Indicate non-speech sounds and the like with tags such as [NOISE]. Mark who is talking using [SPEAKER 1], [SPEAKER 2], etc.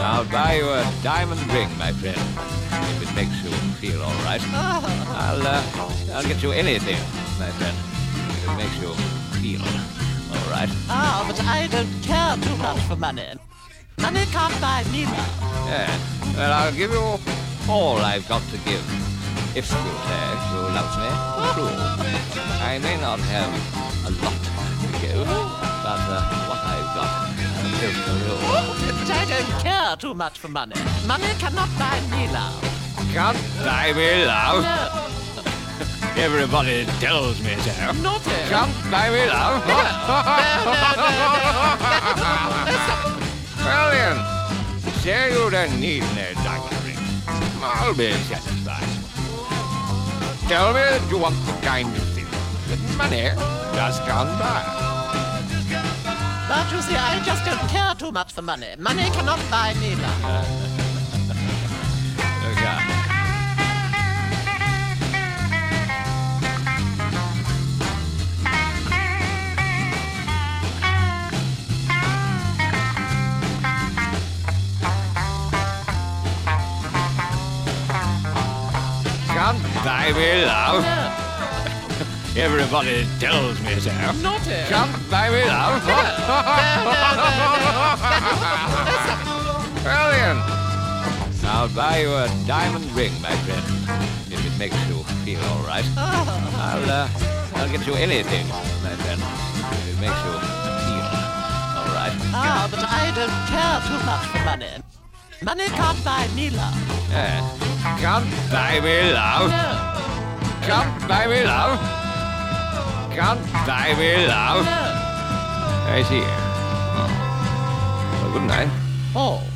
[SPEAKER 1] I'll buy you a diamond ring, my friend, if it makes you feel all right. I'll, uh, I'll get you anything, my friend, if it makes you feel all right.
[SPEAKER 2] Ah, but I don't care too much for money. Money can't buy me love.
[SPEAKER 1] Yeah. Well, I'll give you all I've got to give. If you say you love me, true. I may not have a lot to give, but uh, what I've got, I'll give to you.
[SPEAKER 2] But I don't care too much for money. Money cannot buy me love.
[SPEAKER 1] Can't buy me love.
[SPEAKER 2] No,
[SPEAKER 1] Everybody tells me so.
[SPEAKER 2] naughty.
[SPEAKER 1] Can't buy me love. [LAUGHS] well then, say you don't need no diamond ring. I'll be satisfied. Tell me that you want the kind of thing that money just can't buy.
[SPEAKER 2] But you see, I just don't care too much for money. Money cannot buy me love.
[SPEAKER 1] Okay. Can't buy me love.
[SPEAKER 2] No,
[SPEAKER 1] uh, Everybody tells me so.
[SPEAKER 2] naughty.
[SPEAKER 1] Can't buy me love. well then, I'll buy you a diamond ring, my friend, if it makes you feel all right.
[SPEAKER 2] Ah,
[SPEAKER 1] I'll, uh, I'll get you anything, my friend, if it makes you feel all right.
[SPEAKER 2] ah, but I don't care too much for money. Money can't buy me love.
[SPEAKER 1] Yeah. Can't buy me love.
[SPEAKER 2] No,
[SPEAKER 1] Can't buy me love. Can't buy me love.
[SPEAKER 2] no.
[SPEAKER 1] I see. Oh. Well, good night.
[SPEAKER 2] Oh.